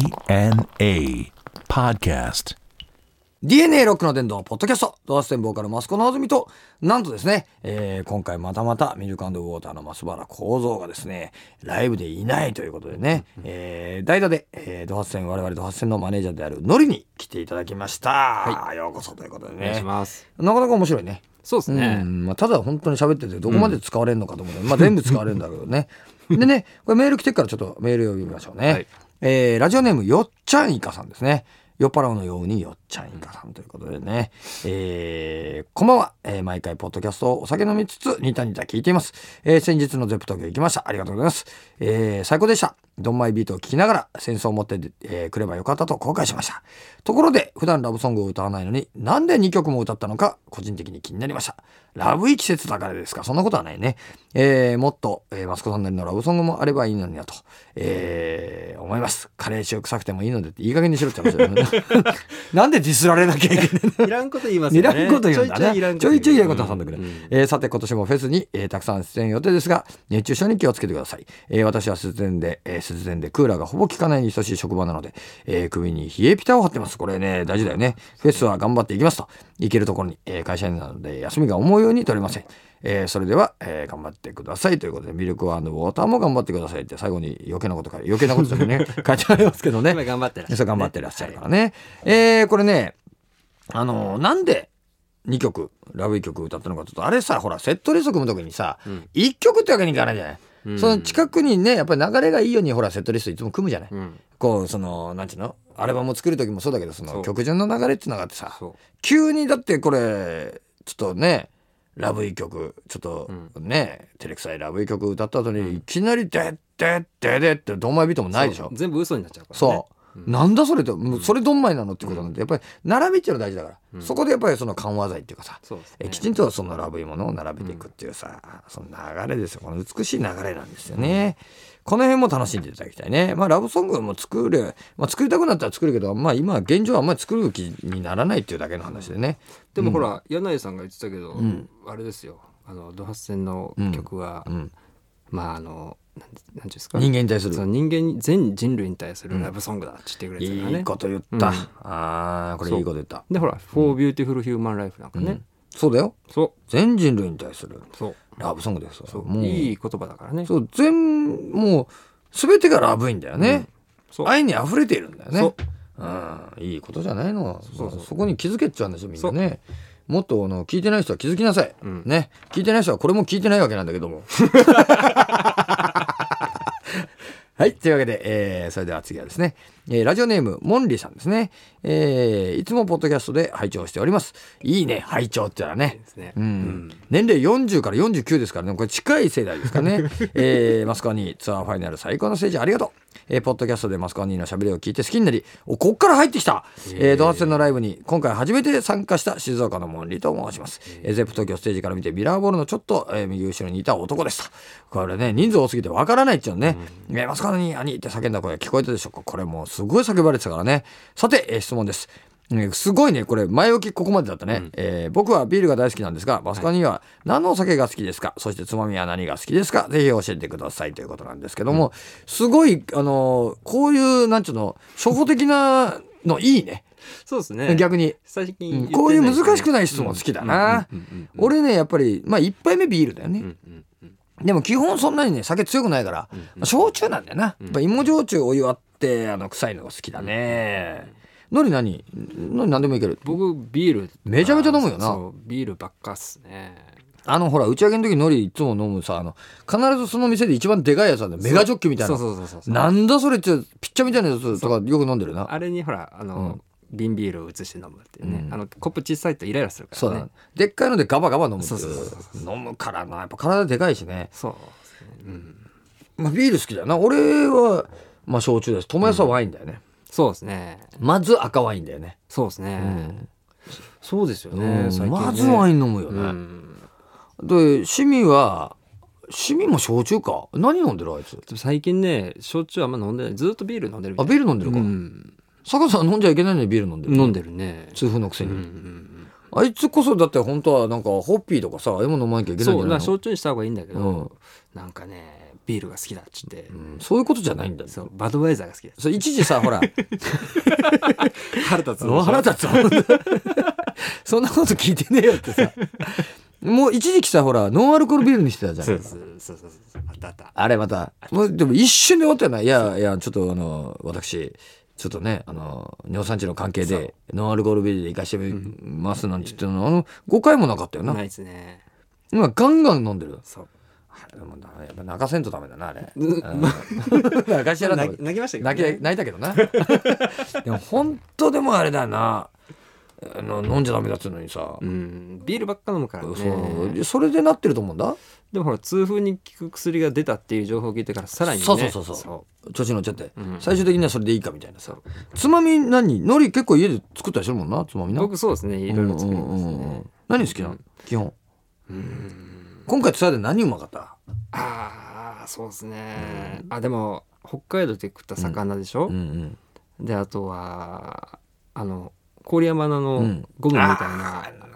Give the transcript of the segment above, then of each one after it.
DNA Podcast. DNA ロックの伝道ポッドキャストドアステンボーカルマスコのあずみとなんとですね、えー今回またまたミルクウォーターの増原幸三がですねライブでいないということでね、えー代打で、えー、ドアステン我々ドアステンのマネージャーであるノリに来ていただきました、ようこそということでお願いしねます。なかなか面白いねそうですねう。んまあ、ただ本当に喋っててどこまで使われるのかと思って、まあ全部使われるんだけど ねでねこれメール来てっからちょっとメール読みましょうね、はいえーラジオネームよっちゃんいかさんですね酔っ払うのようによっちゃんいかさんということでね、えーこんばんは、えー毎回ポッドキャストをお酒飲みつつニタニタ聞いています、えー先日のゼップ東京行きましたありがとうございます、えー最高でしたドンマイビートを聞きながら戦争を持って、えーくればよかったと後悔しましたところで普段ラブソングを歌わないのになんで2曲も歌ったのか個人的に気になりましたラブい季節だからですかそんなことはないね、えーもっと、えーマスコさんなりのラブソングもあればいいのになと、えー思いますカレー臭臭くてもいいのでっていい加減にしろって話だよねなんでディスられなきゃいけないのいらんこと言いますいよね。らんこと言うんだね。ちちょょいいちちょいょいいいららんこんことと挟挟んんでくるでくる。。えーさて、今年もフェスに、えーたくさん出演予定ですが、熱中症に気をつけてください。えー私は節電で、えー節電でクーラーがほぼ効かないに等しい職場なので、えー首に冷えピタを貼ってます。これね、大事だよね。フェスは頑張っていきますと。行けるところに、えー会社員なので、休みが思うように取れません。えーそれでは、えー頑張ってくださいということで、ミルクウォーターも頑張ってくださいって、最後に余計なことから、余計なことだけ ね、書いてありますけどね。今頑張ってらっしゃるそう頑張ってらっしゃるからね。えーこれね、あのーなんで2曲、ラブ1曲歌ったのかちょっと、あれさ、ほら、セットリスト組むときにさ、ん1曲ってわけにいかないじゃない。うんその近くにね、やっぱり流れがいいように、ほら、セットリストいつも組むじゃない。うん。こう、その、なんていうのアルバムを作るときもそうだけど、そそのう曲順の流れっていうのがあってさ、そ急にだってこれ、ちょっとね、ラブ1曲、ちょっとね、照れくさいラブ1曲歌った後に、いきなり、でってってでって、どんまいビートもう。ないでしょそう。全部嘘になっちゃうからね。そう、なんだそれってもうそれどんまいなのってことなんでやっぱり並びっていうのが大事だから、そこでやっぱりその緩和剤っていうかさ、そうですねえきちんとそのラブいものを並べていくっていうさ、その流れですよこの美しい流れなんですよね、この辺も楽しんでいただきたいねまあラブソングも作る、まあ、作りたくなったら作るけどまあ今現状はあんまり作る気にならないっていうだけの話でねでもほら柳井さんが言ってたけど、あれですよ。あのドハス戦の曲は、まああのなんなんていうんですか。人間に対するその人間に全人類に対するラブソングだって言ってくれてたからいいね。こと言った、うんあーこれいいこと言ったでほら「For Beautiful Human Life」なんかね。そうだよそ全人類に対するうそう。ラブソングですよそうもういい言葉だからね。そう全もう全てがラブいんだよね、そう愛に溢れているんだよねそううん、いいことじゃないのそうそうこに気づけっちゃうんですよみんなねもっとあの聞いてない人は気づきなさい、ね聞いてない人はこれも聞いてないわけなんだけどもはい。というわけで、えーそれでは次はですね、えーラジオネーム、モンリーさんですね。えーいつもポッドキャストで拝聴しております。いいね、拝聴ってのはね。ですね。うん、年齢40から49ですからねこれ近い世代ですから ね、えーマスコアニーツアーファイナル最高のステージありがとう、えーポッドキャストでマスコアニーのしゃべりを聞いて好きになりおこっから入ってきた、えー、ドハツ戦のライブに今回初めて参加した静岡のモンリーと申します、えーゼップ東京ステージから見てミラーボールのちょっと、えー右後ろにいた男でしたこれね人数多すぎてわからないっちゅうのね、えーマスコアニー兄って叫んだ声が聞こえたでしょうかこれもうすごい叫ばれてたからねさて、えー質問ですねすごいねこれ前置きここまでだったね、えー僕はビールが大好きなんですがマスカには何のお酒が好きですか、そしてつまみは何が好きですかぜひ教えてくださいということなんですけども、すごいあのーこういうなんちゅうの初歩的なのいいねそうですね。逆に、最近う言んってなこういう難しくいない質問好きだな、俺ねやっぱりまあ1杯目ビールだよね、ですね。うんうんでも基本そんなにね酒強くないから、まあ焼酎なんだよな、やっぱ芋焼酎お湯割ってあの臭いのが好きだね、のり何のり何でもいける僕ビールめちゃめちゃ飲むよなそうビールばっかっすねあのほら打ち上げの時のりいつも飲むさあの必ずその店で一番でかいやつなんだよメガジョッキみたいそうなそうそうそうそうなんだそれってピッチャーみたいなやつとかよく飲んでるなあれにほらあの、瓶ビールを移して飲むっていうね、あのコップ小さいとイライラするからねそうだなでっかいのでガバガバ飲むっていそうそうそう飲むからなやっぱ体でかいしねそうですね、うん、まあビール好きだよな俺はまあ焼酎です友達はワインだよねそうですねまず赤ワインだよねそうですね、そうですよね、うん最近ねまずワイン飲むようねんで趣味は趣味も焼酎か何飲んでるあいつでも最近ね焼酎あんま飲んでないずっとビール飲んでるみたあいビール飲んでるかうん坂さん飲んじゃいけないのにビール飲んでる飲んでるね痛風のくせにうんあいつこそだって本当はなんかホッピーとかさああいうもの飲まなきゃいけないんじそゃうなだいからの焼酎にした方がいいんだけど、うんなんかねビールが好きだっつって、うんそういうことじゃないんだよそうバドワイザーが好きだっつそう一時さほらって腹立つでしょ腹立つわ そんなこと聞いてねえよってさもう一時期さほらノンアルコールビールにしてたじゃんそうそうそうそうそうあったあったあれまた、もうでも一瞬で終わったよないやいや、ちょっとあの、私、ちょっとね、あの、尿酸値の関係で、ノンアルコールビールで行かしてみますなんて言ってんの、あの、5回もなかったよな。ないですね今、ガンガン飲んでる。そうあれもなやっぱ泣かせんとダメだな、あれ。ううん 泣かしやらんと泣き泣きましたけ泣けどね泣いたけどな。 でも、本当でもあれだよな。あの飲んじゃダメだっつうのにさ。うんビールばっか飲むからそうねでそれでなってると思うんだでもほら痛風に効く薬が出たっていう情報を聞いてからさらにねそうそうそうそう調子に乗っちゃって、ん最終的にはそれでいいかみたいなさつまみ何海苔結構家で作ったりするもんなつまみな僕そうですねいろいろ作りますうんうんうんうねん何好きなの基本今回ツアーで何うまかったああそうですねあでも北海道で食った魚でしょんであとはあの郡山のあのんゴムみたい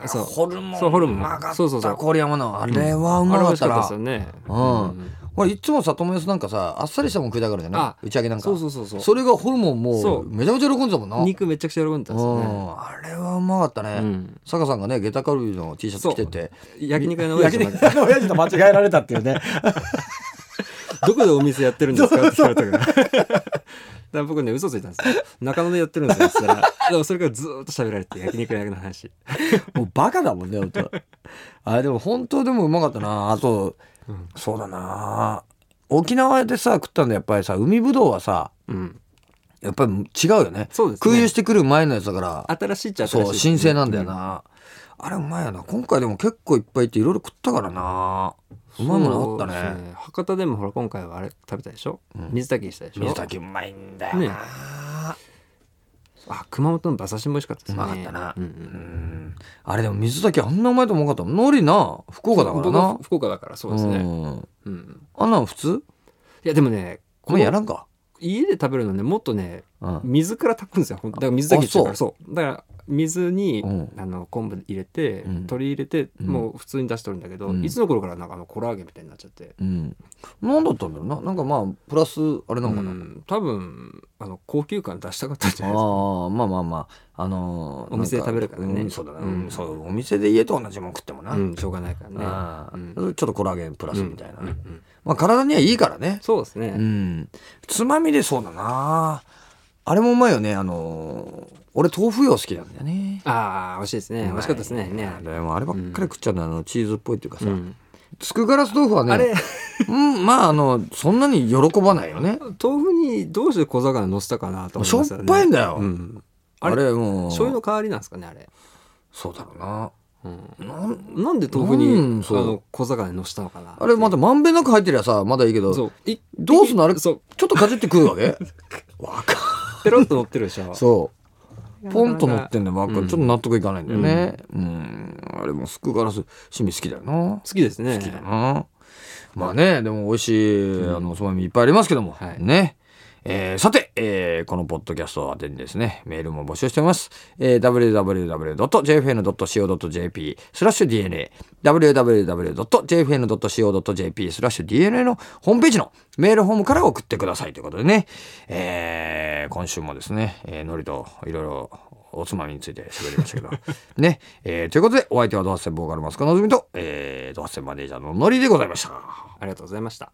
なそうホルモンそうホルモンうまかったそうそうそう郡山のあれはうあまれ美かっ味しかたなったですよねうんほらいつもさ友達なんかさあっさりしたもん食いたがるじゃあない打ち上げなんかそうそうそうそうそれがホルモンもそううめちゃめちゃ喜んでたもんな肉めちゃくちゃ喜んでたんうですよねんあれはうまかったうねん坂さんがね下駄カルビの T シャツ着てて焼肉屋の親父焼肉屋の親父と間違えられたっていうねどこでお店やってるんですかって聞かれたから。だ から僕ね嘘ついたんですよ中野でやってるんですよって言ったらでもそれからずーっと喋られて焼肉屋の話 もうバカだもんね本当あでも本当でもうまかったなあと、そうだな沖縄でさ食ったんだやっぱりさ海ぶどうはさうんやっぱり違うよねそうですね空輸してくる前のやつだから新しいっちゃ新しいそう新鮮なんだよな、あれうまいよな今回でも結構いっぱいいっていろいろ食ったからなうまいものあったそうねです博多でもほら今回はあれ食べたでしょ、水炊きしたでしょ水炊きうまいんだよな、ねあ熊本の馬刺しも美味しかったですねうまかったなうんううんんあれでも水炊きあんなうまいと思わなかったもん海苔な福岡だから僕はな福岡だからそうですね、ん、うんあんなん普通いやでもねこれやらんか家で食べるのねもっとねうん水から炊くんですよほんとだから水炊きしてからあそうだから水に、うんあの昆布入れて、ん鶏入れて、んもう普通に出してるんだけど、うんいつの頃からなんかあのコラーゲンみたいになっちゃって、うん、何だったんだろうななんかまあプラスあれなうのかな、あん、多分あの高級感出したかったんじゃないですかあまあまあまああのーお店でなん食べるからねうんそうだな、ううんんそうお店で家と同じもん食ってもな、うん、しょうがないからねああうんちょっとコラーゲンプラスみたいな、うんうんまあ、体にはいいからねそうですね、うんつまみでそうだなあれもうまいよねあのー俺豆腐用好きなんだよねああ美味しいですね美味しかったですねねあれもあればっかり食っちゃうんだよ、あのチーズっぽいっていうかさ、うんつくガラス豆腐はねあれうんまああのそんなに喜ばないよね豆腐にどうして小魚乗せたかなと思しょまっすよねぱいんだよ、うんああれれもう醤油の代わりなんですかねあれ、そうだろうなうん、なんなんで豆腐に、うんあそうの小魚乗せたのかなあれまだまんべんなく入ってりゃさまだいいけどそういどうすんのあれちそょっうとかじって食うわ けわかペロッと乗ってるでしょんそうポンと乗ってんだよわかんうんちょっと納得いかないんだよねうん、あれもすくガラス趣味好きだよな好きですね好きだなまあねでも美味しいあのおつまみいっぱいありますけども、はいねえーさて、えーこのポッドキャスト宛てにですね、メールも募集しております。えー www.jfn.co.jp スラッシュ DNA、www.jfn.co.jp スラッシュ DNA のホームページのメールフォームから送ってくださいということでね、えー今週もですね、えー、のりといろいろおつまみについて喋りましたけど、ね、えーということで、お相手はドハッセンボーカルマスカのずみと、えー、ドハッセンマネージャーののりでございました。ありがとうございました